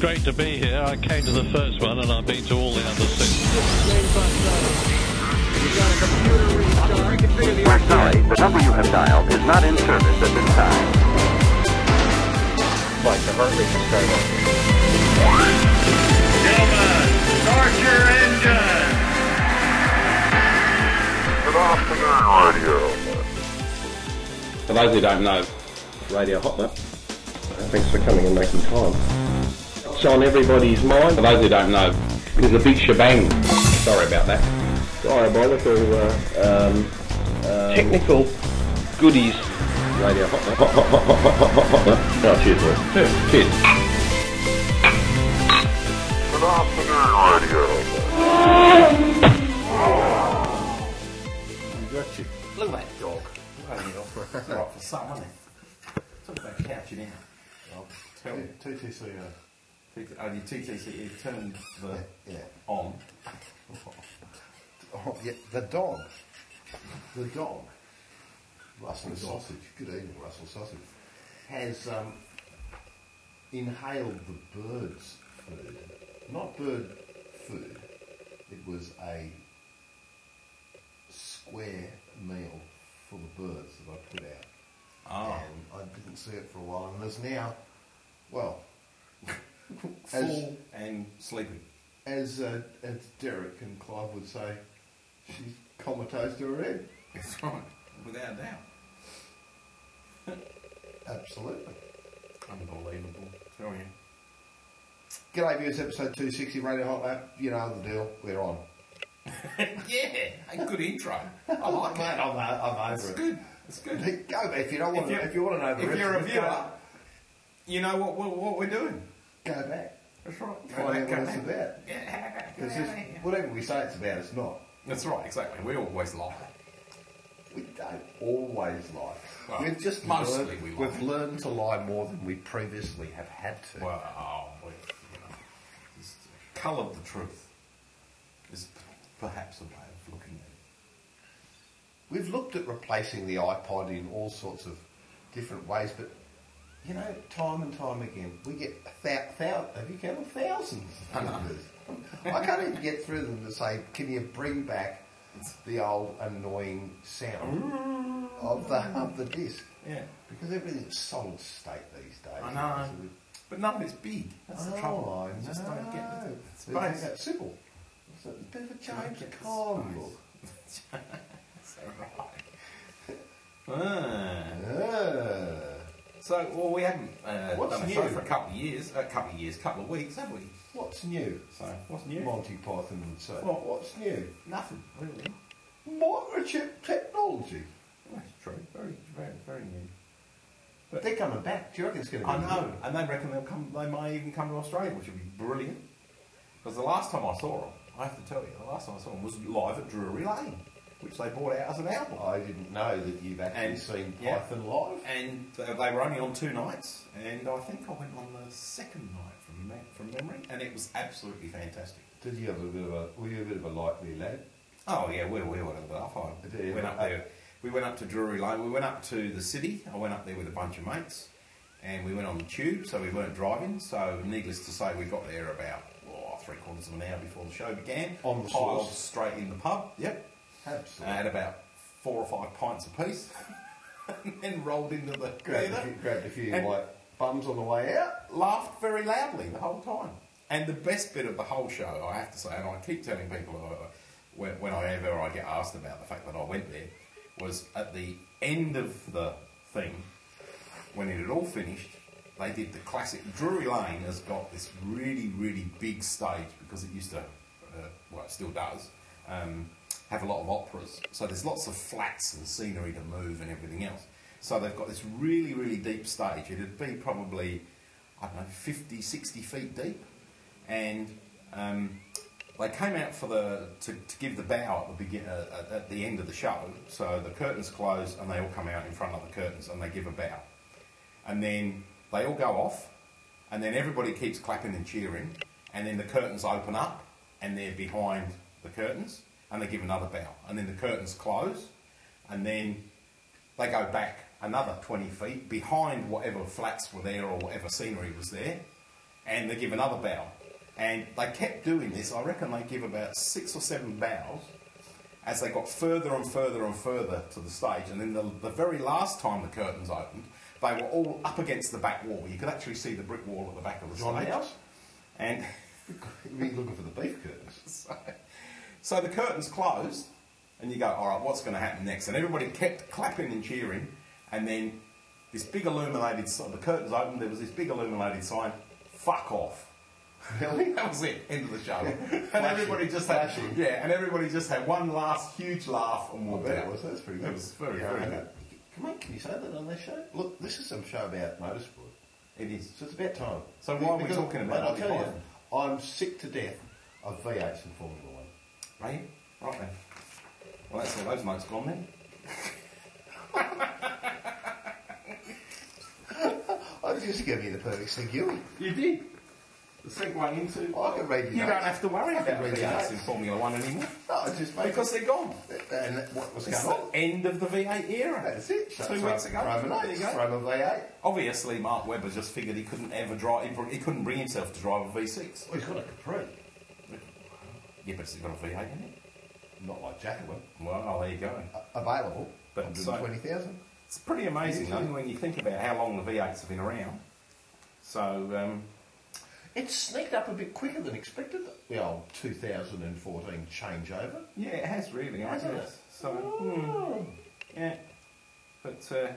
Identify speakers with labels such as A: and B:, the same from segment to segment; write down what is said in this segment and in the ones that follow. A: great to be here. I came to the first one and I've been to all the other six.
B: We're sorry, the number you have dialed is not in service at this time.
C: Like the heart rate is going up.
D: Gentlemen, start your engine. Get off the gun radio.
E: For those who don't know, Radio Hotler.
C: Thanks for coming and making time. It's on everybody's
E: For
C: mind.
E: those who don't know, there's a big shebang. Sorry about that.
C: Diabolical uh, um, um, technical goodies.
E: Radio Hotler. Hot, hot, hot, hot, hot, hot, hot, hot.
C: Oh, cheers, boys.
E: Yeah, Cheers.
D: Get off the gun radio.
F: Look at that dog. Right for some, isn't it? Talk about couching in. Well, tell me.
G: TTC, uh,
F: T- Oh, your TTC, it turned the
G: yeah.
F: on.
G: Oh, yeah, the dog. The dog. Russell Sausage. Good evening, Russell Sausage. Has um, inhaled the bird's food. Not bird food. It was a square meal for the birds that I put out. And I didn't see it for a while, and there's now, well, as-
F: Full and sleeping.
G: as uh, as Derek and Clive would say, she's comatose to her head.
F: That's right. Without a doubt.
G: Absolutely.
F: Unbelievable. Tell you.
G: G'day viewers, episode 260, Radio Hot Lap. You know the deal, we're on.
F: yeah, a good intro. I like
G: Mate,
F: that.
G: I'm, I'm
F: It's
G: over
F: good.
G: it.
F: It's good.
G: Go, if you don't want
F: If
G: to,
F: you-
G: if you want to know the
F: if
G: rest
F: you're
G: of
F: a
G: it,
F: viewer-
G: go,
F: You know what, what, what we're doing.
G: go back.
F: That's right. Go
G: Find
F: back,
G: out
F: go
G: what it's
F: back.
G: about.
F: Yeah.
G: 'Cause this- whatever we say it's about, it's not.
F: That's right, exactly. We always lie.
G: We don't always lie.
F: Well,
G: we've just
F: mostly
G: learned,
F: we lie.
G: have learned to lie more than we previously have had to.
F: Well, oh, we, you know, just coloured the truth is p- perhaps a way of looking at it.
G: We've looked at replacing the iPod in all sorts of different ways, but you know, time and time again, we get thou- thou- have you counted thousands of this? I can't even get through them to say, can you bring back the old annoying sound of the of the disc?
F: Yeah.
G: Because everything's solid state these days.
F: I know. But none of it's big. That's
G: That's
F: the trouble. I just don't get it. It's
G: Oh, It's
F: basic.
G: that simple. It's a bit of a
F: Don't
G: James
F: get the
G: Caan
F: space.
G: look.
F: That's all right. Ah.
G: Ah.
F: So, well, we haven't uh,
G: What's
F: done a
G: new?
F: show for a couple of years, a couple of years, couple of weeks, have we?
G: What's new?
F: So, what's new?
G: Monty Python would say.
F: Well,
G: what's new?
F: Nothing, really.
G: Microchip technology.
F: That's true. Very, very, very new.
G: But they're coming back. Do you reckon it's going to be?
F: I know, and they reckon they'll come. They might even come to Australia, which would be brilliant. Because the last time I saw them, I have to tell you, the last time I saw them was live at Drury Lane, which they bought out as an album.
G: I didn't know that you've actually
F: And-
G: seen
F: yeah.
G: Python live.
F: And they they were only on two nights, and I think I went on the second night from me- from memory, and it was absolutely fantastic.
G: Did you have a bit of a? Were you a bit of a lightly lad?
F: Oh yeah, we we went up. I
G: Yeah, yeah.
F: went up there. We went up to Drury Lane. We went up to the city. I went up there with a bunch of mates, and we went on the tube, so we weren't driving. So needless to say, we got there about oh, three quarters of an hour before the show began.
G: On the
F: Piled
G: source.
F: straight in the pub. Yep. I
G: Absolutely.
F: had about four or five pints apiece, and then rolled into the
G: grabbed, a
F: theatre
G: few, grabbed a few
F: And-
G: like bums on the way out.
F: laughed very loudly the whole time. And the best bit of the whole show, I have to say, and I keep telling people uh, when, whenever I get asked about the fact that I went there, was at the end of the thing, when it had all finished, they did the classic. Drury Lane has got this really, really big stage because it used to, uh, well, it still does, um, have a lot of operas. So there's lots of flats and scenery to move and everything else. So they've got this really, really deep stage. It'd be probably, I don't know, 50, 60 feet deep. And um, they came out for the to, to give the bow at the begin, uh, at- at the end of the show. So the curtains close and they all come out in front of the curtains and they give a bow and then they all go off, and then everybody keeps clapping and cheering, and then the curtains open up, and they're behind the curtains, and they give another bow, and then the curtains close, and then they go back another 20 feet behind whatever flats were there or whatever scenery was there, and they give another bow. And they kept doing this. I reckon they give about six or seven bows as they got further and further and further to the stage. And then the, the very last time the curtains opened, they were all up against the back wall. You could actually see the brick wall at the back of the
G: John
F: stage.
G: House?
F: And
G: You've been looking for the beef curtains.
F: so, so the curtains closed, and you go, all right, what's going to happen next? And everybody kept clapping and cheering, and then this big illuminated sign, the curtains opened, there was this big illuminated sign, fuck off.
G: Really?
F: That was it, end of the show. and
G: Flashing,
F: everybody just had,
G: flashing.
F: yeah, and everybody just had one last huge laugh and walked
G: That
F: out.
G: was, that's pretty
F: It
G: good.
F: was very,
G: Yeah, I
F: very
G: know.
F: good.
G: Come on, can you say that on this show? Look, this is some show about motorsport.
F: It is.
G: So it's about time.
F: So why are we
G: Because-
F: talking about
G: mate, I'll
F: it?
G: tell you, I'm sick to death of V8s in Formula One.
F: Right? Right then. Well, that's all those notes gone then.
G: I was just giving you the perfect segue.
F: You did. The segue into.
G: I can read your
F: You
G: notes.
F: don't have to worry
G: I can
F: about
G: read
F: the
G: your
F: notes in
G: notes.
F: Formula One anymore
G: No, I just made
F: because they're gone.
G: And what was
F: It's
G: going
F: the
G: on?
F: end of the V8 era.
G: That's it.
F: Two weeks ago.
G: Roman
F: There you go.
G: Roman V8.
F: Obviously, Mark Webber just figured he couldn't ever drive. He, br- he couldn't bring himself to drive a V6.
G: Well, he's got a Capri.
F: Yeah, but it's got a V8 in it.
G: Not like Jacobin.
F: Well, oh, there you go.
G: Uh, available.
F: But so-
G: 120,000.
F: It's pretty
G: It
F: amazing,
G: is,
F: though, when you think about how long the V8s have been around. So, um,
G: It sneaked up a bit quicker than expected. The old 2014 changeover.
F: yeah, it has really, I
G: Hasn't
F: guess.
G: it? Oh.
F: So, hmm. Yeah. But uh,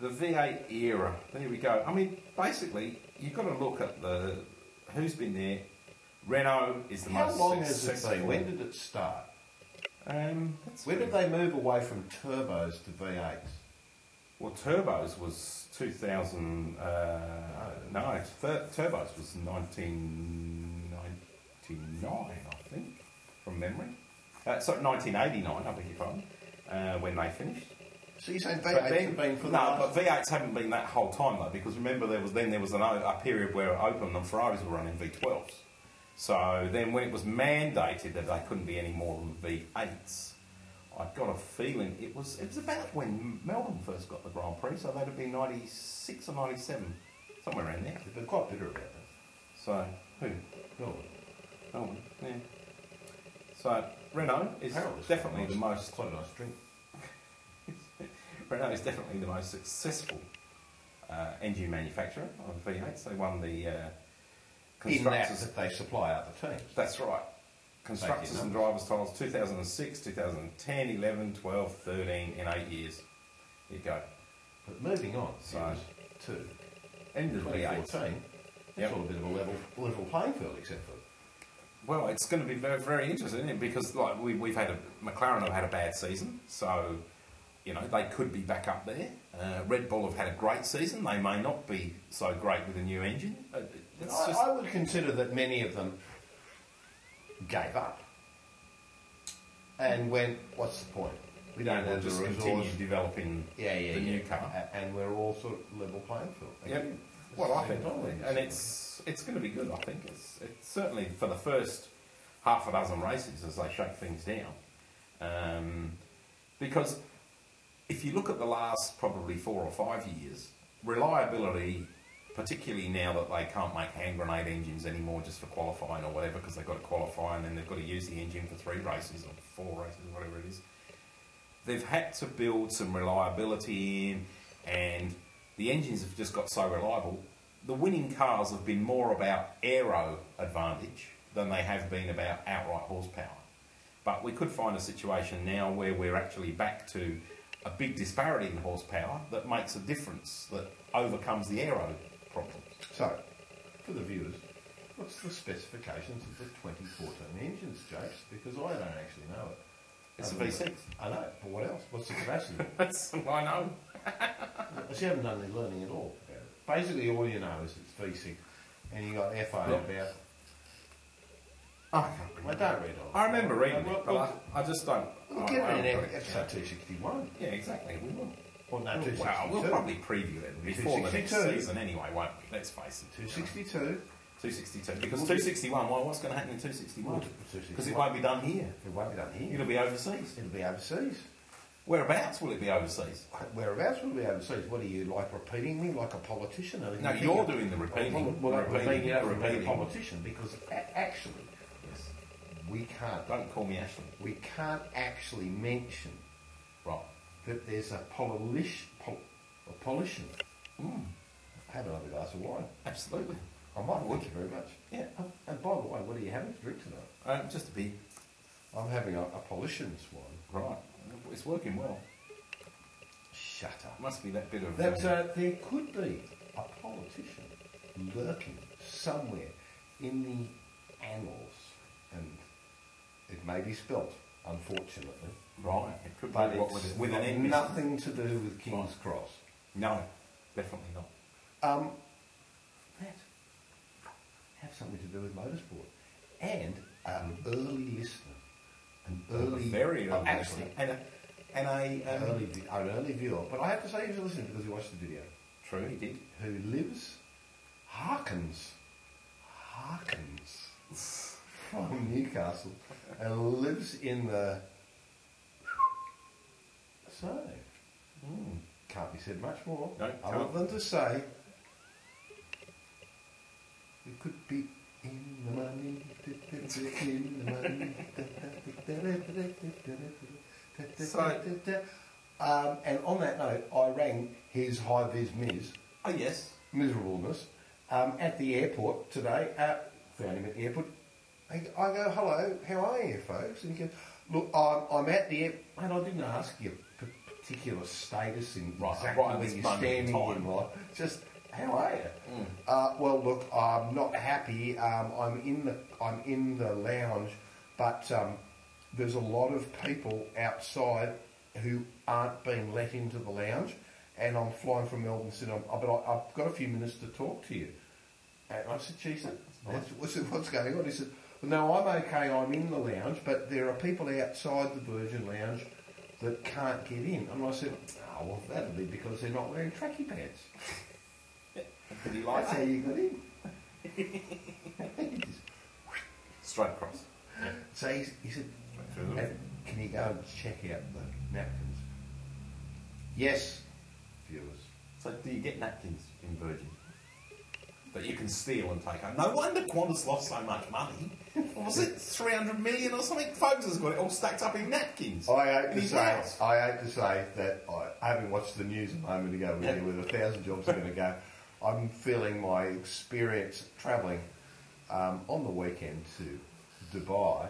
F: the V8 era, there we go. I mean, basically, you've got to look at the who's been there. Renault is the
G: How
F: most
G: long has it
F: successful.
G: been? When did it start?
F: Um, that's
G: When did
F: pretty-
G: they move away from turbos to V8s?
F: Well, Turbos was 2000. Uh, no, Tur- Turbos was 1999, I think, from memory. Uh, sorry, 1989, I beg your pardon, uh, when they finished.
G: So you're saying
F: But
G: V8s
F: then,
G: have been for the
F: no,
G: last...
F: but V8s haven't been that whole time though, because remember there was then there was an, o- a period where it opened and Ferraris were running V12s. So then when it was mandated that they couldn't be any more than V8s, I got a feeling it was it was about when Melbourne first got the Grand Prix, so that'd have been ninety six or ninety seven, somewhere around there.
G: They've been quite bitter about that.
F: So who?
G: No.
F: Melbourne, yeah. So Renault is
G: Harold is
F: definitely
G: nice-
F: the most
G: Quite a nice drink.
F: Renault is definitely the most successful uh, engine manufacturer of V8s. They won the uh,
G: In that,
F: constructors.
G: that they supply other teams.
F: That's right. Constructors
G: Thank you,
F: and drivers titles 2006, 2010, 11, 12, 13 in eight years. There you go.
G: But moving on, so
F: So-
G: to
F: End of V8s.
G: 2014,
F: Yep.
G: it's all a bit of a level, level playing field, except for
F: Well, it's going to be very, very interesting isn't it? because like we, we've had a McLaren have had a bad season, so you know they could be back up there. Uh, Red Bull have had a great season; they may not be so great with a new engine. Uh, It's
G: I,
F: just,
G: I would consider that many of them gave up and went, "What's the point? We don't
F: we'll
G: have the
F: just
G: resource."
F: continue developing
G: Yeah, yeah,
F: the
G: yeah.
F: new car.
G: A- and we're all sort of level playing field.
F: Yep.
G: Again, it's
F: Well, I
G: the same
F: think,
G: problem.
F: and it's it's going to be good. I think it's, it's certainly for the first half a dozen races as they shake things down, um, because if you look at the last probably four or five years, reliability, particularly now that they can't make hand grenade engines anymore just for qualifying or whatever, because they've got to qualify and then they've got to use the engine for three races or four races, whatever it is they've had to build some reliability in, and the engines have just got so reliable. The winning cars have been more about aero advantage than they have been about outright horsepower. But we could find a situation now where we're actually back to a big disparity in horsepower that makes a difference that overcomes the aero problem.
G: so for the viewers. What's the specifications of the 2014 engines, James? Because I don't actually know it.
F: It's a
G: Other than-
F: V6.
G: I know, but what else? What's the capacity?
F: That's all I know.
G: Because you haven't done any learning at all. Basically, all you know is it's V6, and you got FO
F: Yeah.
G: about.
F: I can't
G: I
F: remember.
G: don't read all.
F: I remember reading
G: Well,
F: it, but I, I just don't.
G: We'll
F: I-
G: get
F: I
G: it in
F: haven't got it.
G: episode 261.
F: Yeah, exactly. We will.
G: Or no,
F: Well,
G: 262.
F: Oh, we'll probably preview it before the next
G: 262.
F: season anyway, won't we? Let's face it.
G: 262.
F: 262. Because 261, well, what's going to happen in 261?
G: Well, 261.
F: Because it won't be done here.
G: It won't be done here.
F: It'll be overseas.
G: It'll be overseas.
F: Whereabouts will it be overseas?
G: Whereabouts will be overseas? What are you like repeating me like a politician? Are you
F: No,
G: thinking-
F: you're doing the repeating.
G: Well, well,
F: Repeating,
G: repeating, yeah,
F: repeating.
G: repeating politician because a- actually
F: Yes.
G: we can't
F: Don't call me Ashley.
G: we can't actually mention
F: Right.
G: that there's a polish pol, a politician. Have another glass of wine.
F: Absolutely.
G: I might. Thank you very much.
F: Yeah. oh,
G: And by the way, what are you having to drink tonight?
F: Um, just a bit.
G: I'm having a, a politician's wine.
F: Right. It's working well.
G: Shut up.
F: Must be that bit of.
G: That
F: um,
G: uh, there could be a politician lurking somewhere in the annals, and it may be spelt, unfortunately.
F: right. It could be
G: But
F: what
G: it's
F: with, with an
G: got
F: end. business.
G: nothing to do with King's Cross.
F: No, definitely not.
G: Um, that have something to do with motorsport, and an early listener, an early,
F: Very
G: oh,
F: early.
G: actually,
F: And a, and a
G: an
F: um,
G: early, vi- an early viewer. But I have to say, he was listening because he watched the video.
F: True, he did.
G: who lives, hearkens, hearkens from Newcastle and lives in the. So, hmm, can't be said much more.
F: No,
G: other
F: can't.
G: than to say, we could be in the money, in the money.
F: So-
G: um, and on that note, I rang his high vis Miz
F: Oh, yes.
G: miserableness um, at the airport today. Uh, found him at the airport. I I go, hello, how are you, folks? And he goes, look, I'm, I'm at the airport. And I didn't ask you p- particular status in
F: Right,
G: exactly
F: right at
G: where
F: this
G: you're
F: moment in
G: standing
F: time.
G: in life. Just, how are you? Uh, well, look, I'm not happy. Um, I'm in the I'm in the lounge, but um, there's a lot of people outside who aren't being let into the lounge, and I'm flying from Melbourne, so I'm, but I, I've got a few minutes to talk to you. And I said, "Geez, what's, what's, what's going on?" He said, well, "No, I'm okay. I'm in the lounge, but there are people outside the Virgin Lounge that can't get in." And I said, "Oh, well, that'll be because they're not wearing tracky pants."
F: Did he like
G: That's how
F: that?
G: you got in.
F: Straight across.
G: so he, he said,
F: Straight through the roof.
G: "Hey, uh, "Can you go and check out the napkins?" Yes, viewers.
F: So, do you get napkins in Virgin? That you can steal and take home. No wonder Qantas lost so much money. What was it 300 million or something? Folks has got it all stacked up in napkins.
G: I hate
F: in
G: to
F: his
G: say,
F: house.
G: I hate to say that I, having watched the news a moment ago, with you, where a thousand jobs are going to go, I'm feeling my experience travelling um, on the weekend to Dubai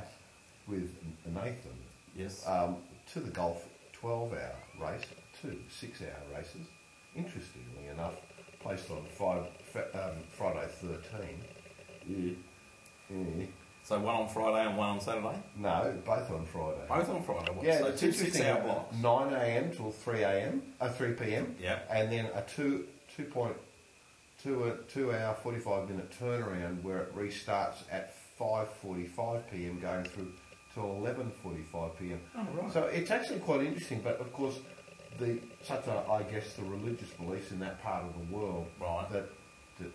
G: with Nathan
F: Yes.
G: um, to the golf 12-hour race, two six-hour races. Interestingly enough, placed on five, fr- um, Friday 13. Yeah.
F: so, one on Friday and one on Saturday?
G: No, both on Friday.
F: Both on Friday. What,
G: Yeah,
F: so,
G: it's
F: two six
G: interesting.
F: hour blocks.
G: Nine a.m. till three a.m. Uh, three p.m.
F: Yeah.
G: and then a two two point two a two hour forty five minute turnaround where it restarts at five forty five p.m. going through till eleven forty five p.m.
F: Oh, right.
G: So it's actually quite interesting, but of course, the such are I guess the religious beliefs in that part of the world
F: Right.
G: that that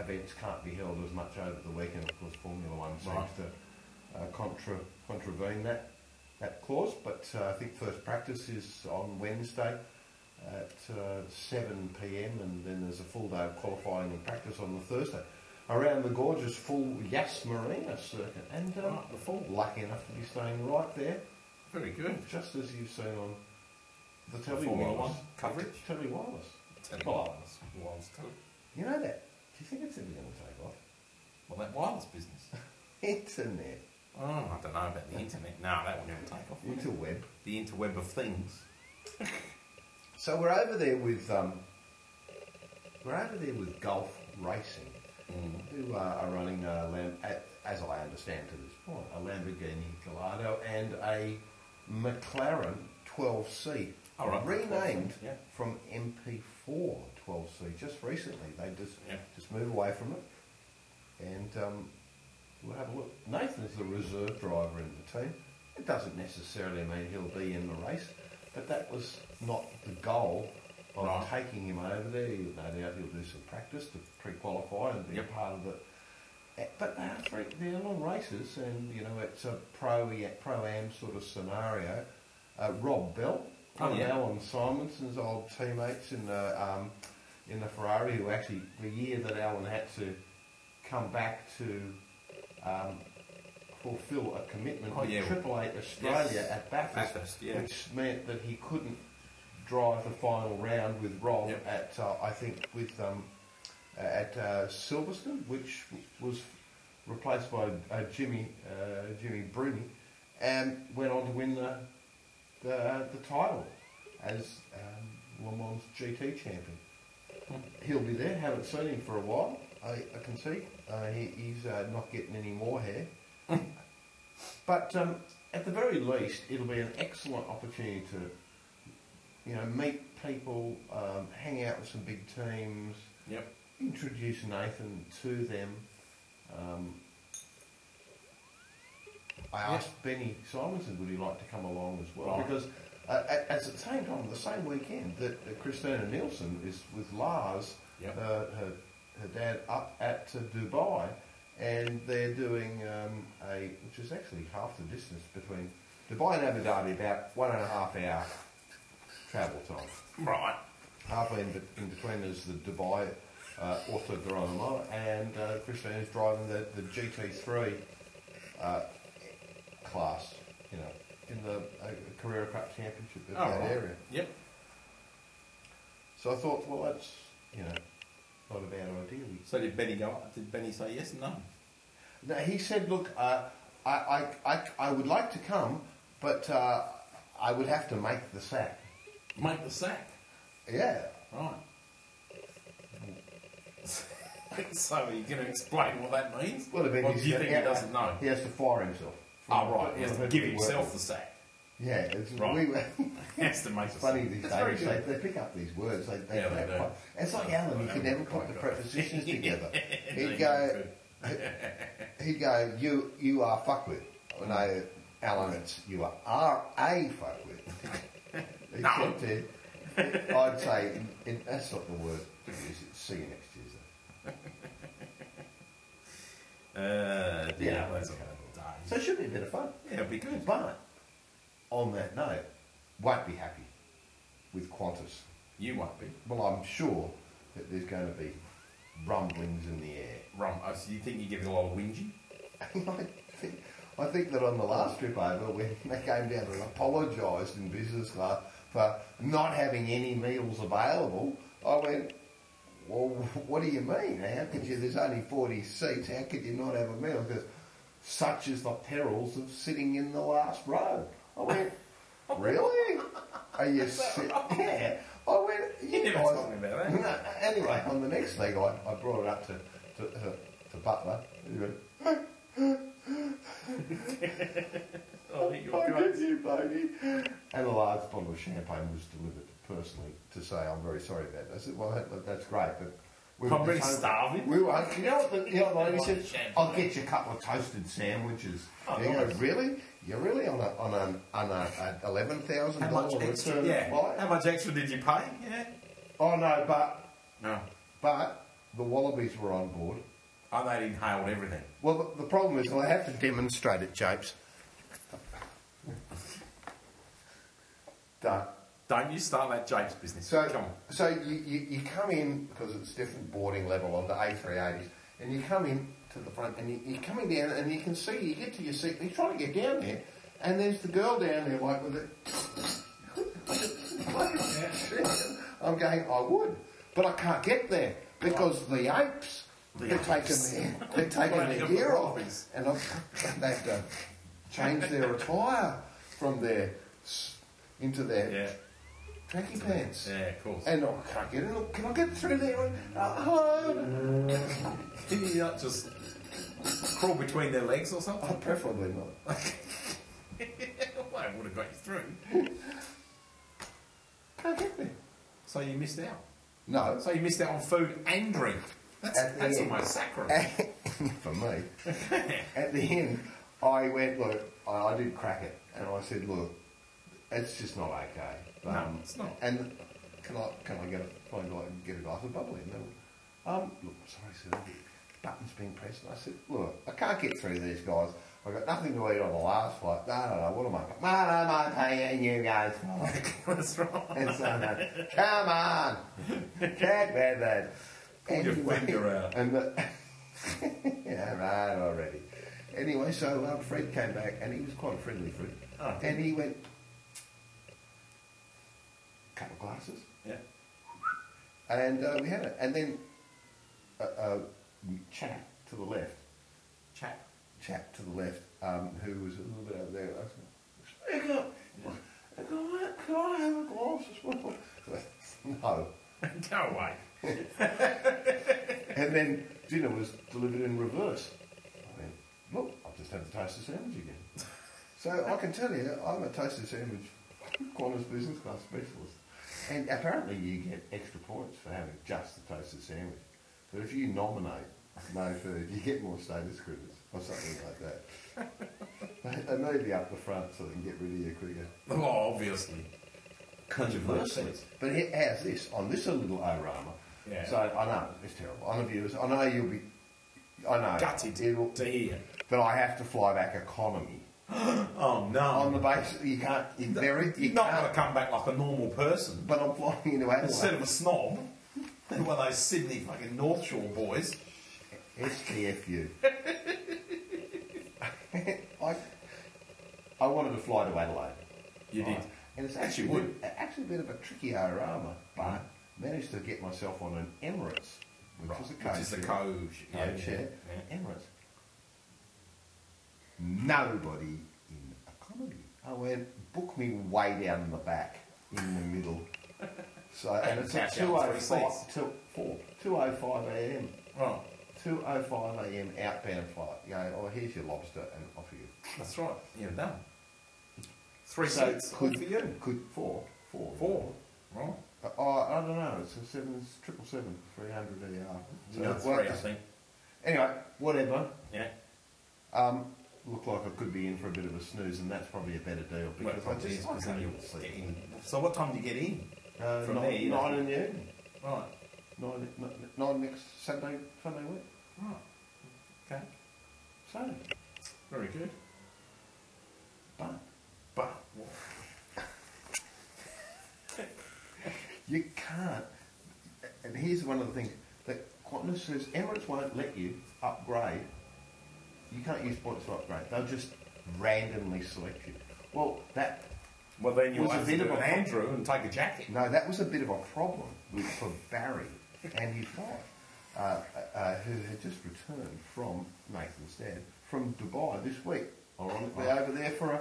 G: events can't be held as much over the weekend. Of course, Formula One seems
F: Right.
G: to uh, contra, contravene that that clause. But uh, I think first practice is on Wednesday at uh, 7 p.m. and then there's a full day of qualifying and practice on the Thursday around the gorgeous full Yas Marina circuit. And um,
F: Right, the full.
G: lucky enough to be staying right there,
F: Very good.
G: just as you've seen on the Telly
F: Formula
G: Wireless
F: One coverage?
G: Telly Wireless.
F: Telly
G: Well,
F: wireless. Wireless too.
G: You know that? Do you think it's ever going to take off?
F: Well, that wireless business.
G: Internet.
F: Oh, I don't know about the internet. No, that will never take off. will it?
G: Interweb.
F: The interweb of things.
G: So we're over there with um, we're over there with Golf Racing,
F: Mm.
G: who uh, are running a Lam- a- as I understand to this point, a Lamborghini Gallardo and a McLaren 12C,
F: Oh, right,
G: renamed
F: 12C, yeah.
G: from MP4 12C just recently. They just
F: Yeah.
G: just move away from it, and um, we'll have a look. Nathan's the reserve driver in the team. It doesn't necessarily mean he'll be in the race, but that was not the goal of
F: Right.
G: taking him over there. He'll, no doubt he'll do some practice to pre-qualify and be
F: Yep.
G: a part of the. eh, But they are three, they're long races, and you know it's a pro pro am sort of scenario, uh, Rob Bell,
F: Oh,
G: one
F: yeah.
G: of Alan Simonson's old teammates in the um, in the Ferrari, who actually the year that Alan had to come back to um, fulfil a commitment
F: Oh,
G: with
F: yeah.
G: Triple Eight Australia
F: Yes.
G: at Bathurst,
F: Bathurst, yeah.
G: which meant that he couldn't drive the final round with Rob
F: Yep.
G: at uh, I think with um, at uh, Silverstone, which was replaced by uh, Jimmy uh, Jimmy Bruni, and went on to win the the, the title as um, Le Mans GT champion. He'll be there. Haven't seen him for a while. I, I can see uh, he, he's uh, not getting any more hair. But um, at the very least, it'll be an excellent opportunity to, you know, meet people, um, hang out with some big teams,
F: Yep.
G: introduce Nathan to them. Um, I asked Benny Simonson would he like to come along as well
F: Right.
G: because uh, at, at the same time, the same weekend that uh, Christina Nielsen is with Lars,
F: Yep.
G: uh, her, her dad, up at uh, Dubai, and they're doing um, a which is actually half the distance between Dubai and Abu Dhabi, about one and a half hour travel time.
F: Right.
G: Halfway in, be- in between is the Dubai uh, Autodromo, and uh, Christina's driving the, the GT3 uh, class, you know, in the uh, Carrera Cup Championship in
F: All
G: that
F: Oh, right.
G: area.
F: Yep.
G: So I thought, well, that's, you know, not a bad idea. We
F: So did Benny go up? Did Benny say yes? No.
G: No, he said, "Look, uh, I, I, I, I would like to come, but uh, I would have to make the sack."
F: Make the sack.
G: Yeah.
F: Right. so are you going to explain what that means?
G: Well, if
F: or
G: he's
F: do you
G: gonna-
F: think
G: yeah,
F: he doesn't know?
G: He has to fire himself.
F: Oh, right. He has to
G: From-
F: give himself the sack.
G: Yeah, it's
F: Right.
G: we-
F: He has to make the
G: It's funny
F: sack.
G: these
F: That's very
G: days. They,
F: good.
G: they pick up these words. They, they,
F: Yeah, they do.
G: quite- It's like Alan. He
F: They
G: could
F: haven't
G: never put
F: quite
G: the
F: got it.
G: prepositions together.
F: They
G: He'd go,
F: haven't
G: he'd go, you you are fuckwit. Oh, no, Alan, it's you are are a fuckwit. Except that I'd say it, that's not the word. to use. It's see you next Tuesday.
F: Uh, yeah,
G: Yeah.
F: that's a
G: So
F: day.
G: it should be a bit of fun.
F: Yeah, it'd be good.
G: But on that note, won't be happy with Qantas.
F: You won't be.
G: Well, I'm sure that there's going to be rumblings in the air.
F: Rum. Oh, so you think you give it a lot of whinging?
G: And I think, I think that on the last trip over, when they came down and apologised in business class for not having any meals available, I went, well, what do you mean? How could you, there's only 40 seats, how could you not have a meal? Because such is the perils of sitting in the last row. I went, really? Are you si- Yeah. I went,
F: You
G: you
F: never
G: guys-
F: told me about that.
G: no, anyway, on the next thing, I, I brought it up to to, to, to Butler. He went,
F: Oh, you're
G: "I
F: great.
G: miss you, Bodie." And a large bottle of champagne was delivered personally to say, "I'm very sorry about that." I said, "Well, that, that- that's great, but." We
F: I'm
G: were
F: really
G: just hungry."
F: starving.
G: We were, hungry. you know what the, you know what the lady
F: Like
G: said?
F: champagne.
G: I'll get you a couple of toasted sandwiches.
F: Oh,
G: you go,
F: nice.
G: really? You're really on a on a on a, a eleven thousand
F: How much
G: dollar
F: extra?
G: return
F: Yeah.
G: flight?
F: How much extra did you pay? Yeah.
G: Oh no, but
F: No.
G: but the wallabies were on board.
F: Oh, they inhaled everything.
G: Well, the, the problem is, well, I have to demonstrate it, Japes. Done.
F: Don't you start that James business.
G: So,
F: Come on.
G: so you, you, you come in because it's different boarding level on the A380s, and you come in to the front, and you, you're coming down, and you can see you get to your seat, and you're trying to get down there, and there's the girl down there, like with it. I'm going, I would, but I can't get there because the apes.
F: The
G: They're taking,
F: apes.
G: their, they're taking their
F: Bloody
G: gear off,
F: wallabies.
G: and I've, they've done, changed their attire from their s- into their
F: Yeah.
G: Tracky pants.
F: Yeah, of course.
G: And oh, can I get in? Can I get through there? Uh, hello?
F: Can you not just crawl between their legs or
G: Oh,
F: something?
G: preferably not.
F: well, I would have got you through.
G: Can I get there?
F: So you missed out.
G: No.
F: So you missed out on food and drink. That's,
G: At the
F: that's
G: end.
F: almost sacrilege.
G: For me. At the end, I went, look, I, I did crack it. And I said, look, it's just not okay. Um,
F: No, it's not.
G: And can I, can I get a, find like, get a glass of bubbly? And they went, um, look, sorry, sir, the button's being pressed. And I said, look, I can't get through these guys. I got nothing to eat on the last flight. No, no, no. What am I? No, no, no. I'm paying you guys.
F: That's right.
G: And so on. Come on. Can't bear that.
F: Pull your finger out.
G: And the, yeah, right already. Anyway, so um, Fred came back and he was quite a friendly Fred.
F: Oh.
G: And he went, couple glasses.
F: Yeah.
G: And uh, we had it. And then uh, uh, chap to the left,
F: Chap.
G: chap to the left, um, who was a little bit over there, I said, speak up. I go, "What? Can I have a glass as well? no.
F: Go away.
G: And then dinner was delivered in reverse. I went, look, I've just had a toasted sandwich again. So I can tell you, I'm a toasted sandwich Qantas business class specialist. And apparently you get extra points for having just the toasted sandwich. But if you nominate no food, you get more status credits or something like that. They- they made me up the front so they can get rid of you quicker.
F: Oh, obviously.
G: Controversially. But he- how's this? On this a little orama.
F: Yeah.
G: So I know it's terrible. I'm a viewers. I know you'll be. I know.
F: Gutted
G: It'll,
F: to hear.
G: but I have to fly back economy
F: Oh, no.
G: on the basis that you can't. You very. You
F: You're not going
G: can't.
F: to come back like a normal person.
G: But I'm flying into Adelaide.
F: Instead of a snob, one of those Sydney fucking North Shore boys.
G: STFU. I, I wanted to fly to Adelaide.
F: You did.
G: Right. And it's
F: Yes,
G: actually
F: you would.
G: been- actually a bit of a tricky orama, but managed to get myself on an Emirates, which
F: Right,
G: was a
F: Which is the
G: coach.
F: coach.
G: Yeah, chair. Emirates. Nobody in economy. I went, book me way down the back, in the middle. So and it's at
F: Cash out
G: 205,
F: three seats.
G: two, oh four, 205 a.m.
F: Right.
G: 205 a.m. outbound flight. You know, oh, here's your lobster and off you. go.
F: That's right. You're done. Three
G: So
F: seats. Good for you.
G: Could four, four,
F: Four. Right.
G: Uh, oh, I don't know. It's a seven, it's triple seven, three hundred ER. So
F: No,
G: it
F: three, I
G: worked.
F: think.
G: Anyway, whatever.
F: Yeah.
G: Um, looked like I could be in for a bit of a snooze, and that's probably a better deal
F: Well,
G: because I
F: probably is,
G: just I
F: because then
G: can't
F: you'll
G: even sleep.
F: get in. So what time do you get in?
G: Uh,
F: From
G: nine,
F: there, you don't-
G: nine in the evening.
F: Right.
G: Nine, nine, nine next Sunday, Sunday week.
F: Right. Okay.
G: So,
F: Very good.
G: but
F: But
G: you can't. And here's one of the things that Qantas says: Emirates won't let you upgrade. You can't use points to upgrade. They'll just randomly select you. Well, that
F: well, then
G: you'll
F: you'll
G: Was
F: have
G: have it
F: to
G: to bit do
F: do
G: of
F: an
G: an a-
F: Andrew and take a jacket.
G: No, that was a bit of a problem with, for Barry and his wife, uh, uh, who had just returned from Nathan's dad from Dubai this week. Ironically, over there for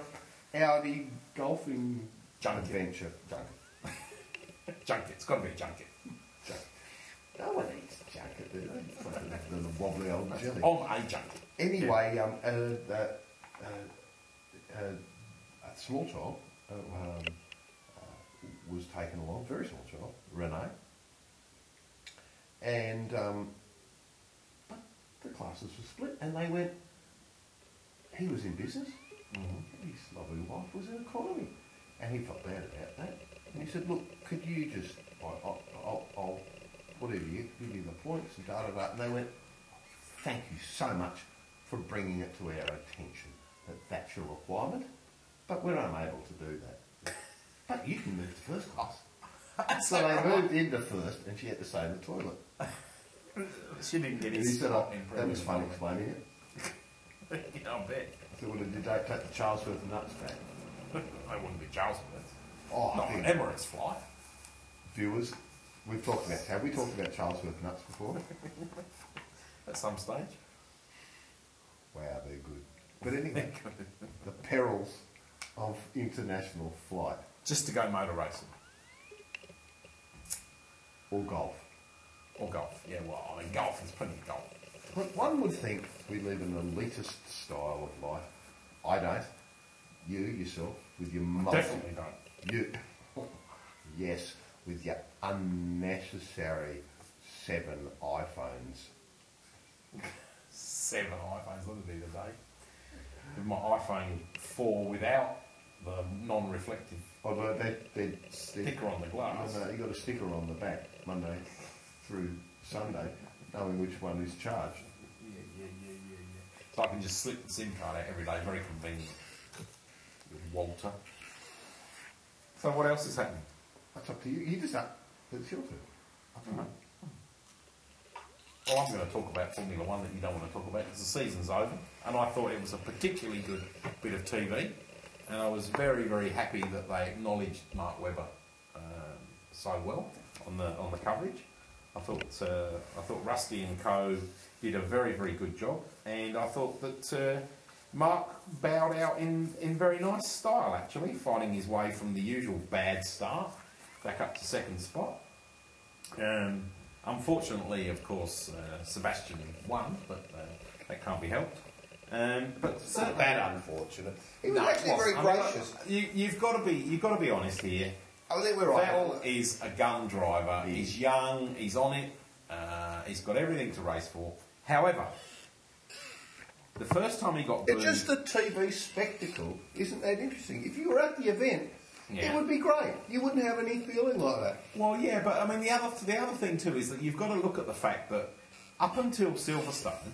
G: a Audi golfing
F: Junket.
G: adventure. Junket.
F: Junket. It's got to be a junket.
G: junket. No one eats junket, do they? Fucking little wobbly old jelly.
F: On a junket.
G: Anyway, um, uh, uh, uh, uh, a small child uh, um, uh, was taken along, very small child, Renee. And um, but the classes were split, and they went. He was in business, and his lovely wife was in economy, and he felt bad about that. And he said, "Look, could you just, I, I, I'll, I'll, whatever you give you the points and da da da." And they went, thank you so much for bringing it to our attention that that's your requirement, but we're unable to do that. But you can move to first class. so they moved into first, and she had to stay in the toilet.
F: She didn't get
G: And
F: his
G: he said,
F: spot
G: oh,
F: in
G: that was
F: prison.
G: fun explaining it.
F: yeah, I bet.
G: I said, well, did they take the child's worth of nuts back?
F: I wouldn't be Charles Smith.
G: Oh,
F: Not
G: I
F: an
G: think
F: Emirates flight.
G: viewers, we've talked about, have we talked about child's worth of nuts before?
F: At some stage.
G: Wow, they're good. But anyway, the perils of international flight
F: Just to go motor racing.
G: or golf.
F: Or golf. Yeah, well, I mean, golf. There's plenty of golf.
G: But one would think we live an elitist style of life. I don't. You yourself, with your multiple,
F: Definitely don't.
G: you, yes, with your unnecessary seven iPhones.
F: seven iPhones on me today. With my iPhone 4 without the non reflective.
G: Although Oh, they, they, they
F: Sticker on the glass.
G: No, no, you got a sticker on the back Monday through Sunday, knowing which one is charged.
F: Yeah, yeah, yeah, yeah, yeah. I can just slip the SIM card out every day, very convenient. With Walter. So what else is happening?
G: That's up to you. You just up. It's your turn.
F: I don't know. Well, I'm going to talk about Formula One that you don't want to talk about because the season's over, and I thought it was a particularly good bit of TV, and I was very, very happy that they acknowledged Mark Webber um, so well on the on the coverage. I thought uh, I thought Rusty and Co did a very, very good job, and I thought that uh, Mark bowed out in in very nice style actually, finding his way from the usual bad start back up to second spot. Um, unfortunately, of course, uh, Sebastian won, but uh, that can't be helped. Um, but
G: It's not that unfortunate. He was
F: No, it
G: actually very
F: wasn't. I mean,
G: gracious.
F: You, you've got to be you've got to be honest here.
G: I think we're right.
F: Vettel is a gun driver. He's young. He's on it. Uh, he's got everything to race for. However, the first time he got booed,
G: It's just the TV spectacle isn't that interesting. If you were at the event,
F: Yeah.
G: it would be great. You wouldn't have any feeling like that.
F: Well, yeah, but I mean, the other the other thing too is that you've got to look at the fact that up until Silverstone,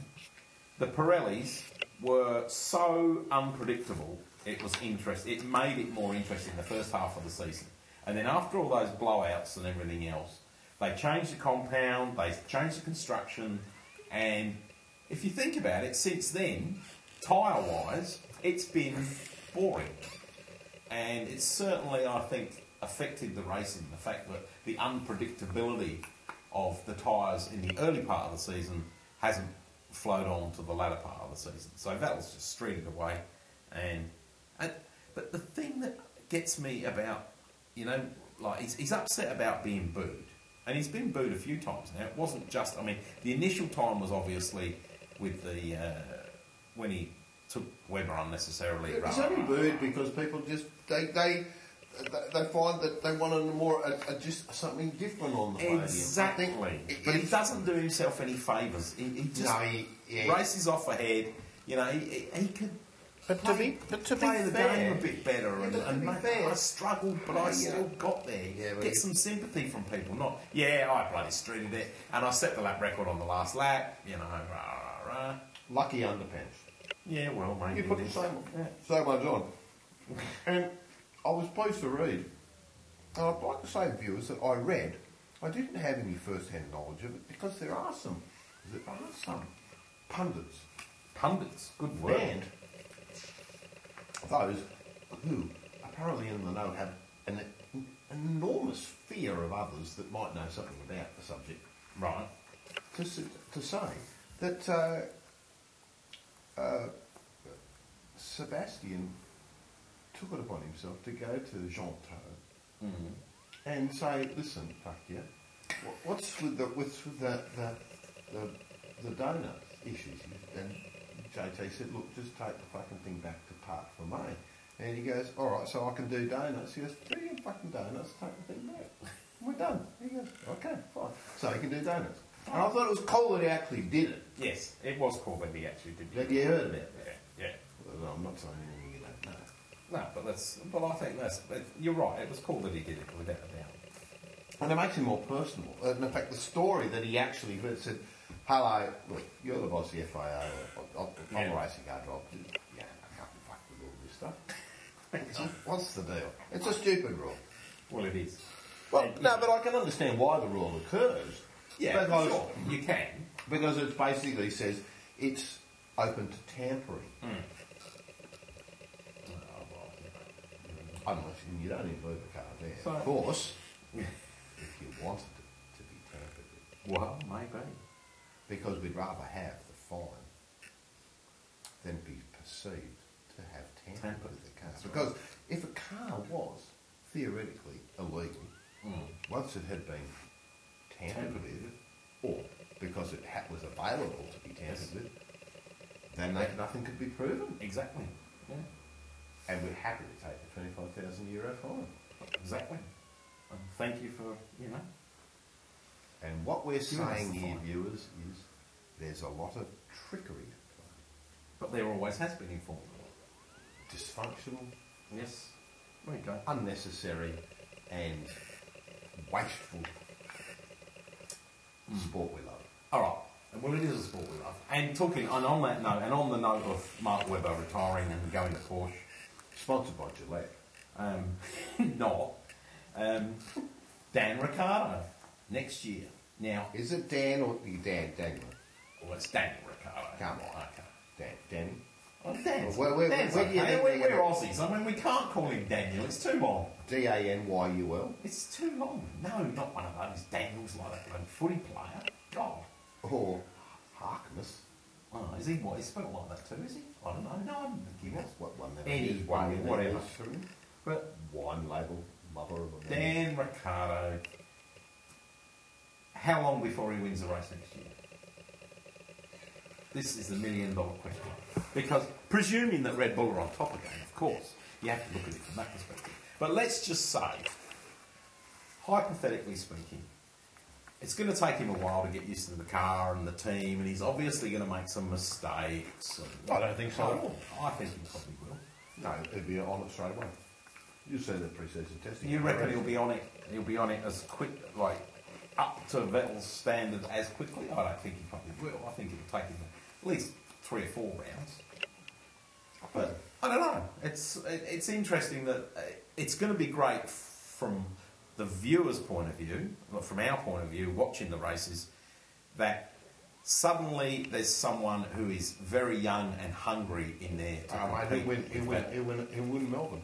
F: the Pirellis were so unpredictable. It was interest. It made it more interesting the first half of the season, and then after all those blowouts and everything else, they changed the compound, they changed the construction, and if you think about it, since then, tyre wise, it's been boring and it's certainly, I think, affected the racing. The fact that the unpredictability of the tyres in the early part of the season hasn't flowed on to the latter part of the season. So Vettel's just streeted away, and, and but the thing that gets me about you know, like he's, he's upset about being booed, and he's been booed a few times now. It wasn't just, I mean, the initial time was obviously with the uh, when he took Webber unnecessarily.
G: It's
F: rather-
G: only booed because people just they they they find that they want a more a, a just something different on the podium. I
F: Exactly.
G: think it-
F: But he
G: it's-
F: doesn't do himself any favours. He, he just
G: No, he- yeah.
F: races off ahead. You know, he, he, he could
G: But to
F: play,
G: be- but to be
F: play the
G: fair-
F: game a bit better.
G: Yeah,
F: and,
G: but to
F: and
G: be
F: make-
G: fair-
F: I struggled, but
G: Yeah.
F: I still got there.
G: Yeah, but
F: Get
G: you-
F: some sympathy from people. Not, yeah, I bloody streeted it, and I set the lap record on the last lap. You know, rah, rah, rah.
G: Lucky underpants.
F: Yeah, well, maybe.
G: You put the
F: it is.
G: same,
F: Yeah.
G: same ones on. And I was pleased to read. And I'd like to say, viewers, that I read. I didn't have any first-hand knowledge of it because there are some, there are some pundits
F: Pundits, good work.
G: and those who apparently in the know have an enormous fear of others that might know something about the subject
F: Right.
G: to, s- to say that uh, uh, Sebastian took it upon himself to go to Jean Todt and say, "Listen, fuck you. wha- What's with the what's with the the the, the donut issues?" here?" And JT said, "Look, just take the fucking thing back to Park for May." And he goes, "All right, so I can do donuts." He goes, "Do your fucking donuts. Take the thing back. We're done." He goes, "Okay, fine." So he can do donuts. And I thought it was cool that he actually did it.
F: Yes, it was Corbett actually did.
G: Have you heard about
F: Yeah,
G: that?
F: yeah.
G: Well, I'm not saying anything you don't know.
F: No, but that's. But I think that's. You're right. It was cool that he did it without a doubt.
G: And it makes him more personable. And in fact, the story that he actually read said, "Hello, look, you're the boss of the FIA. I- I- I'm
F: Yeah.
G: a racing car driver. Yeah, I can't be fucked with all this stuff. It's like, what's the deal? It's a stupid rule.
F: Well, it is.
G: Well, no, but I can understand why the rule occurs.
F: Yeah,
G: because,
F: sure. You can.
G: because it basically says it's open to tampering. Unless you- you don't include the car there,
F: So-
G: of course. if you wanted it to be tampered with.
F: Well, maybe.
G: because we'd rather have the fine than be perceived to have tampered
F: Tampered.
G: with the car. Because if a car was theoretically illegal,
F: Hmm.
G: once it had been tampered with, or because it ha- was available to be tampered with, then they, nothing could be proven,
F: Exactly. Yeah.
G: and we'd happily take the twenty-five thousand euro fine.
F: Exactly. And thank you for you know.
G: And what we're saying
F: the
G: here,
F: fine.
G: viewers, is there's a lot of trickery at
F: But there always has been informed.
G: play, dysfunctional
F: Yes. There you go.
G: unnecessary and wasteful sport we love.
F: All right. Well, it is a sport we love. And talking, and on that note, and on the note of Mark Webber retiring and going to Porsche,
G: Sponsored by Gillette.
F: um, not um, Dan Ricardo next year. Now,
G: Is it Dan or Dan? Dan.
F: well, it's Daniel Ricardo.
G: Come on.
F: Okay.
G: Dan. Danny.
F: Well, Dan's,
G: Well, where- where-
F: Dan's
G: where-
F: okay.
G: yeah, then
F: we're,
G: we're
F: we're
G: gonna-
F: Aussies. I mean, we can't call him Daniel. It's too long.
G: D A N Y U L.
F: It's too long. No, not one of those Daniels like that bloody footy player. God.
G: Or Harkness.
F: Oh, is he what? He's spelled like that too, is he? I don't know. No, I don't think he was.
G: That's what one that
F: Any
G: is, one
F: one,
G: that
F: whatever.
G: is true.
F: But
G: Wine label, mother of a man.
F: Dan Ricardo. How long before he wins the race next year? This is the million dollar question. Because presuming that Red Bull are on top again, of course, you have to look at it from that perspective. But let's just say, hypothetically speaking, it's going to take him a while to get used to the car and the team, and he's obviously going to make some mistakes. And
G: I don't think so.
F: Oh, I think he probably will.
G: No, it'd be on it straight away. You see the pre-season testing.
F: You reckon he'll be on it? He'll be on it as quick, like up to Vettel's standard as quickly? I don't think he probably will. I think it'll take him at least three or four rounds. But I don't know. It's it, it's interesting that uh, it's going to be great f- from the viewer's point of view, well, from our point of view, watching the races, that suddenly there's someone who is very young and hungry in there. To
G: Oh, mate,
F: compete
G: he'll win, he'll,
F: with
G: win,
F: that.
G: he'll, win, he'll win Melbourne.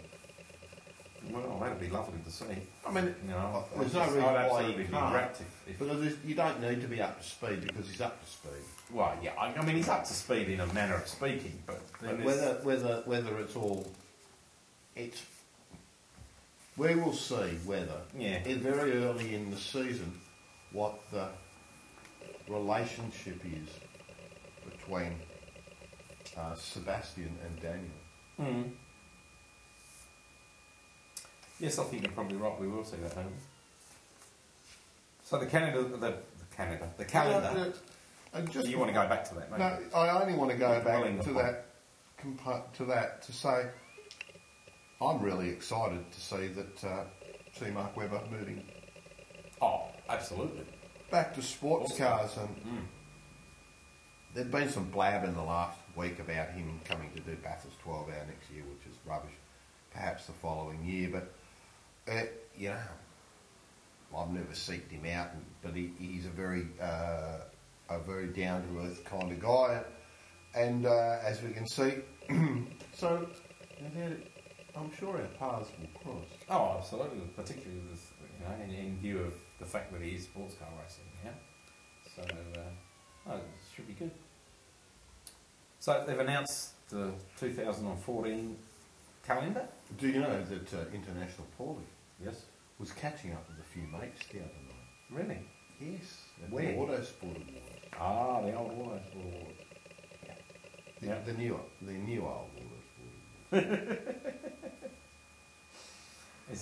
F: Well, that'd be lovely to see.
G: I mean,
F: you know,
G: there's
F: I'd-
G: no reason
F: I'd
G: why
F: absolutely
G: he
F: be
G: can't.
F: wrecked if- if-
G: Because there's- you don't need to be up to speed because he's up to speed.
F: well, yeah, I, I mean, he's up to speed in a manner of speaking, but,
G: But
F: then it's-
G: whether whether whether it's all it's we will see whether
F: Yeah.
G: in very early in the season what the relationship is between uh, Sebastian and Daniel.
F: yes, I think you're probably right. We will see that, don't we? So the Canada, the, the Canada, the calendar.
G: Uh, uh, just
F: you want to go back to that? don't
G: No,
F: you?
G: I only want to go
F: Well, in
G: back
F: the
G: to
F: point.
G: that compa- to that to say I'm really excited to see that uh, see Mark Webber moving
F: Oh, absolutely.
G: back to sports
F: Awesome.
G: cars and there'd been some blab in the last week about him coming to do Bathurst 12 hour next year which is rubbish perhaps the following year but uh, you know I've never seeked him out and, but he, he's a very uh, a very down to earth kind of guy and uh, as we can see so I'm sure our paths will cross
F: Oh, absolutely. Particularly, this, you know, in, in view of the fact that he is sports car racing. Yeah. So, uh, oh, it should be good. So they've announced the 2014 calendar.
G: do you know that uh, International Paulie
F: Yes.
G: was catching up with a few mates the other night.
F: Really?
G: Yes. At
F: Where?
G: the Autosport Award.
F: Ah, the old Warriors Award.
G: The,
F: Yeah.
G: the new, the new old Autosport
F: Is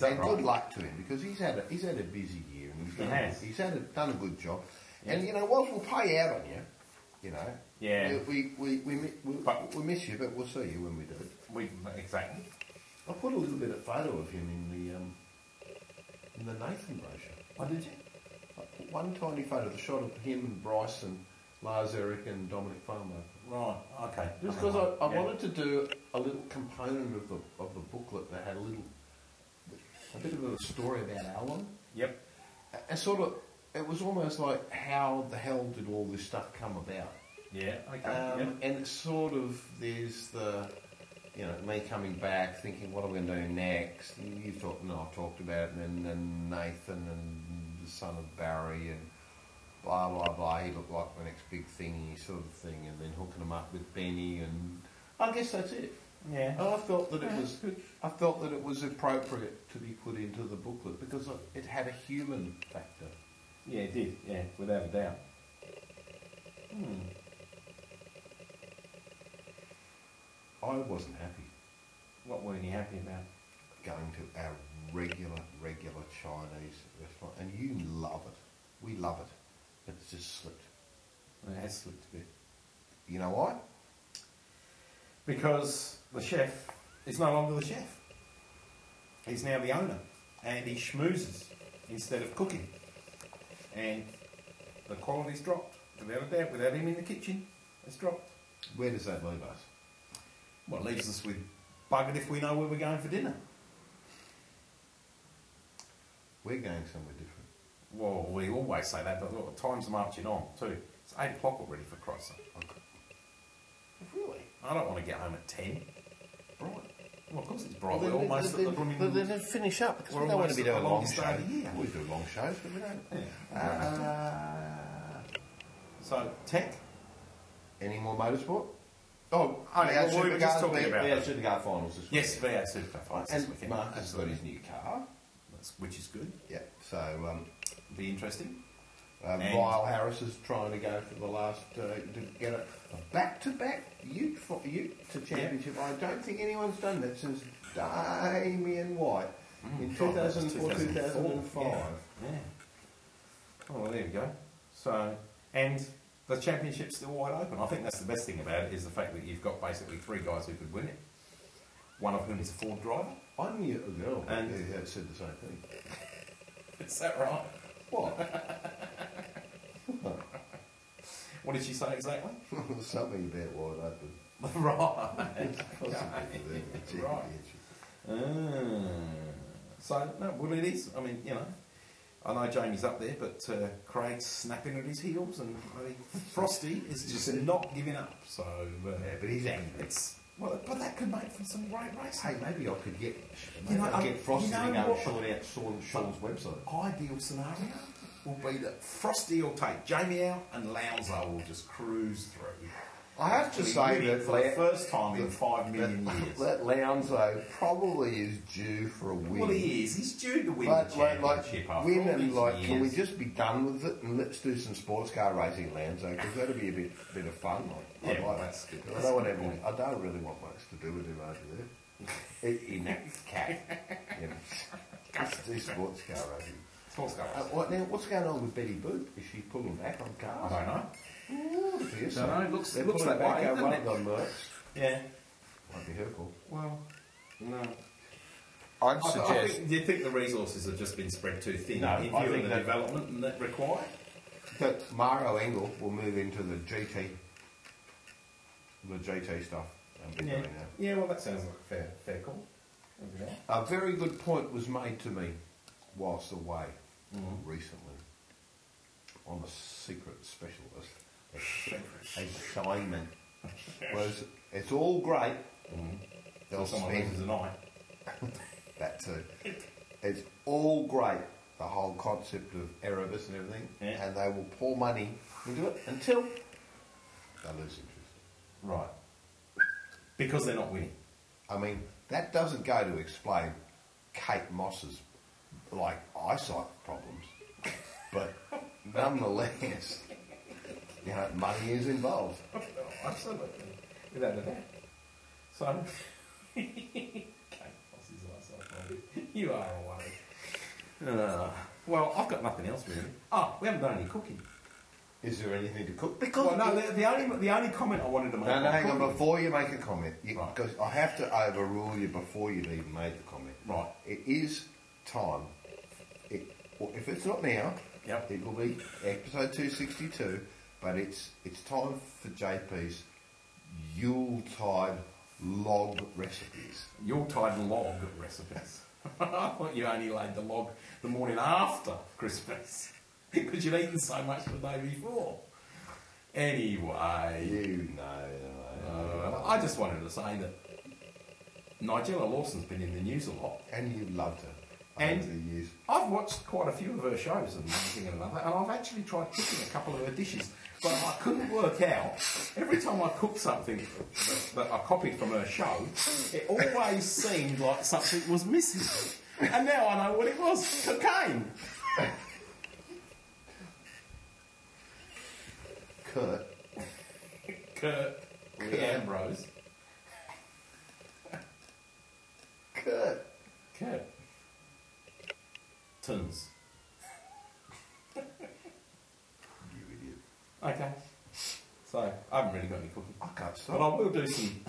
G: Award.
F: that
G: And
F: right?
G: good luck to him because he's had a, he's had a busy year and he's
F: He
G: done,
F: has.
G: he's had a, done a good job. And
F: Yeah.
G: you know what? We'll pay out on you. You know.
F: Yeah.
G: We we we, we, we,
F: But-
G: we miss you, but we'll see you when we do.
F: We, exactly.
G: I put a little bit of photo of him in the um, in the Nathan brochure.
F: What did you?
G: I put one tiny photo, the shot of him and Bryce and Lars Eric and Dominic Farmer.
F: Right. Okay.
G: Just because I, I wanted to do a little component of the of the booklet that had a little, a bit of a story about Alan,
F: Yep.
G: A- and sort of it was almost like how the hell did all this stuff come about?
F: Yeah. Okay.
G: Um,
F: yep.
G: And it's sort of there's the, you know, me coming back thinking what am I going to do next? And you thought, no, I've talked about it, and then Nathan and the son of Barry and blah blah blah. He looked like the next big thingy sort of thing, and then hooking him up with Benny, and I guess that's it.
F: Yeah.
G: And I felt that it was, I felt that it was appropriate to be put into the booklet because it had a human factor.
F: Yeah, it did. Yeah, without a doubt. Hmm.
G: I wasn't happy.
F: What weren't you happy about?
G: going to our regular, regular Chinese restaurant, and you love it. We love it. But It's just slipped.
F: It has slipped a bit.
G: You know why?
F: Because the chef is no longer the chef. He's now the owner. And he schmoozes instead of cooking. And the quality's dropped. without a doubt, without him in the kitchen, it's dropped.
G: Where does that leave us?
F: Well, it leaves us with buggered if we know where we're going for dinner.
G: We're going somewhere different.
F: Well, we always say that, but look, time's marching on too. It's eight o'clock already for Christ's sake.
G: Really?
F: I don't want to get home at ten.
G: Right.
F: Well, of course it's bright. We're almost
G: then,
F: at the blooming.
G: then, then, then finish up because
F: We're
G: we don't want
F: almost
G: to be
F: at the
G: doing a long
F: longest
G: show. Uh,
F: day of the year.
G: We do long shows, but we don't.
F: Uh, so tech.
G: Any more motorsport? Oh,
F: Oh, yeah,
G: had
F: we were just
G: Supercars-
F: talking
G: we-
F: about
G: we had
F: it.
G: Supercar finals this
F: Yes,
G: weekend.
F: VR Super Fights this
G: And
F: weekend,
G: Marcus has got his new car.
F: That's- which is good.
G: Yeah. So um,
F: Be interesting.
G: um,
F: And-
G: Lyle Harris is trying to go for the last uh, to get a a back-to-back Ute fo- Ute to championship. I don't think anyone's done that since Damien White in
F: Mm, God, that was
G: 2004, 2005.
F: Yeah. yeah. Oh, well, there you go. So, and the championship's still wide open. I think that's the best thing about it is the fact that you've got basically three guys who could win it. One of whom is a Ford driver.
G: I knew a girl
F: And-
G: who had said the same thing.
F: Is that right?
G: What?
F: What did she say exactly?
G: Something about wide open.
F: right.
G: right.
F: Ah. So, no, well, it is. I mean, you know, I know Jamie's up there, but uh, Craig's snapping at his heels, and I mean, Frosty is just not giving up. So, uh,
G: Yeah, but he's angry.
F: it's well, but that could make for some great
G: Hey,
F: racing.
G: maybe I could get
F: You
G: you
F: know,
G: know,
F: I-
G: get Frosty
F: you know
G: to go
F: what?
G: and sort out Sean, Sean's website.
F: Ideal scenario will be that Frosty will take Jamie out, and Louser will just cruise through.
G: I have to
F: Actually
G: say
F: winning
G: that
F: for the
G: Lou-
F: first time in
G: that-
F: five million
G: that,
F: years.
G: That Lounzo probably is due for a win.
F: Well, he is. He's due to win
G: But
F: the
G: like,
F: championship
G: like
F: after
G: win
F: all these
G: and like, can we
F: years.
G: just be done with it and let's do some sports car racing, Lounzo? Because that'd be a bit bit of fun. Like,
F: Yeah,
G: I
F: well,
G: like
F: that's good.
G: I don't want everyone, I don't really want much to do with him over there. in, in that cat, you know, just do sports car racing.
F: Sports car
G: Uh,
F: racing.
G: what, now, what's going on with Betty Boop? Is she pulling back on
F: I
G: cars?
F: don't know.
G: No,
F: No, no, it looks-
G: They're
F: it looks
G: pulling
F: that
G: back
F: way,
G: our
F: doesn't
G: weight on Mercs.
F: Yeah.
G: Might be her call.
F: Well, no.
E: I'd
F: I- I
E: suggest
F: think, do you think the resources have just been spread too thin
G: No,
F: in
G: I
F: view
G: think
F: of the
G: that-
F: development and that required?
G: But Mario Engel will move into the GT, the GT stuff. And be doing that.
F: Oh, yeah, well, that sounds like a fair, fair call. Over there.
G: A very good point was made to me whilst away
F: Mm-hmm.
G: recently. I'm a secret specialist. Assignment was it's all great. They'll
F: Mm-hmm. Someone loses
G: spend
F: an eye.
G: that too. It's all great, the whole concept of Erebus and everything,
F: Yeah.
G: and they will pour money into it until they lose interest.
F: Right. Because they're not winning.
G: I mean, that doesn't go to explain Kate Moss's like eyesight problems, but nonetheless, you know, money is involved.
F: Absolutely. Without a doubt. So, okay, what's his last name? You are away. Uh, well, I've got nothing else really. Oh, we haven't done any cooking.
G: Is there anything to cook?
F: Well, no, the, the only the only comment I wanted to make.
G: No, no,
F: on
G: hang on.
F: cooking-
G: Before you make a comment, you,
F: Right.
G: because I have to overrule you before you've even made the comment.
F: Right.
G: It is time. It, well, if it's not now,
F: Yep.
G: it will be episode two sixty two. But it's it's time for JP's Yuletide log recipes.
F: Your tied log recipes. I thought you only laid the log the morning after Christmas because you'd eaten so much the day before. Anyway,
G: You know. eh? I know.
F: uh, I just wanted to say that Nigella Lawson's been in the news a lot.
G: and you loved her
F: And-
G: over the years.
F: I've watched quite a few of her shows and one thing and another, and I've actually tried cooking a couple of her dishes, but I couldn't work out. Every time I cooked something that, that I copied from her show, it always seemed like something was missing. And now I know what it was cocaine.
G: Kurt,
F: Kurt Lee Ambrose.
G: Kurt,
F: Kurt. Tons.
G: you idiot!
F: Okay. So, I haven't really got any cooking.
G: I can't
F: But
G: stop
F: I will do some.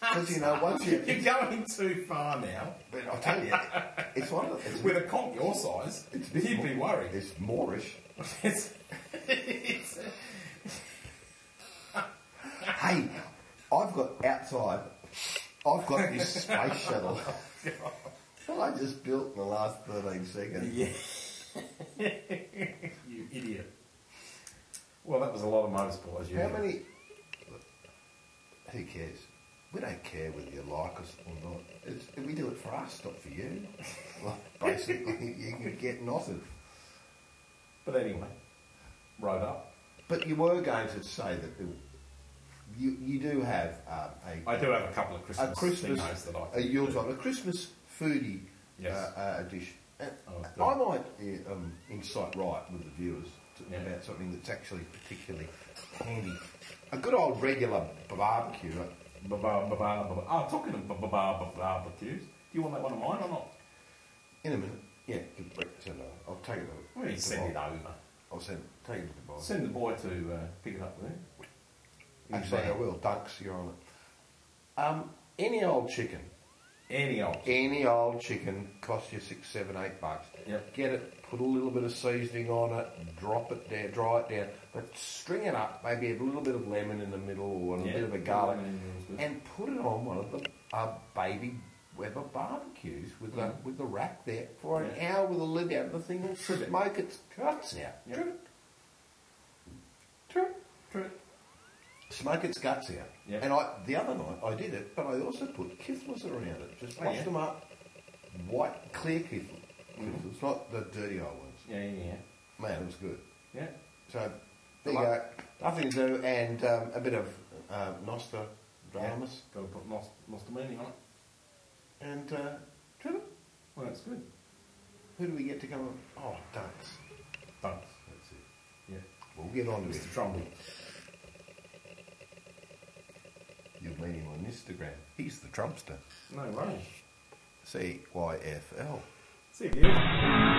G: because you know once you.
F: You're going too far now.
G: But I tell you, it's one of it's
F: With a comp your size,
G: It's a bit
F: you'd
G: more-
F: be worried.
G: It's Moorish.
F: It's- it's-
G: Hey, I've got outside, I've got this space shuttle that I just built in the last 13 seconds.
F: Yeah. you idiot. Well, that was a lot of motorsport, as you
G: How
F: know.
G: many? Who cares? We don't care whether you like us or not. It's, we do it for us, not for you. Like, basically, you could get nothing.
F: But anyway, rode up.
G: But you were going to say that the, you you do have um, a
F: I do have a couple of Christmas,
G: a Christmas
F: thingos that I
G: a
F: can do.
G: Yuletide a Christmas foodie
F: Yes.
G: uh, uh, dish. Uh,
F: Oh, good.
G: I might uh, um, incite right with the viewers to,
F: Yeah.
G: about something that's actually particularly handy. A good old regular barbecue. uh, Right?
F: Ba- ba- ba- ba- ba- ba- Oh, talking of ba- ba- ba- ba- barbecues, do you want that one of mine or not?
G: In a minute. Yeah, good break. So, no, I'll take it.
F: We need to send it over.
G: I'll send take it to the bar.
F: Send the boy to uh, pick it up with him.
G: Actually, I will. Dunks, you're on it. Um, any old chicken.
F: Any old.
G: Any old chicken costs you six, seven, eight bucks.
F: Yep.
G: Get it, put a little bit of seasoning on it, drop it down, dry it down, but string it up, maybe have a little bit of lemon in the middle or a
F: Yeah,
G: bit of a garlic,
F: lemon in the middle's good.
G: and put it on one of the uh, baby Weber barbecues with the with the rack there for an
F: Mm. Yeah.
G: hour with a lid out. The thing will
F: Trivet.
G: smoke its guts out.
F: Yep.
G: Trivet. Trivet
F: True.
G: smoke its guts out.
F: Yeah.
G: And I, the other night I did it, but I also put kiflers around it. Just
F: Oh,
G: washed
F: yeah.
G: them up, white, clear kiflers. It's not the dirty old ones.
F: Yeah, yeah, yeah.
G: Man, it was good.
F: Yeah.
G: So there
F: I
G: you
F: like-
G: go. Nothing to do, and um, a bit of uh, Nostradamus,
F: Got to put most, most of meaning on it.
G: and uh, Trevor,
F: Well, that's good.
G: who do we get to come? On? Oh, ducks.
F: Thanks.
G: That's it.
F: Yeah.
G: We'll get on to it.
F: Mr. Trumbull.
G: You'll meet him on Instagram. He's the Trumpster.
F: No worries.
G: C Y F L.
F: See you.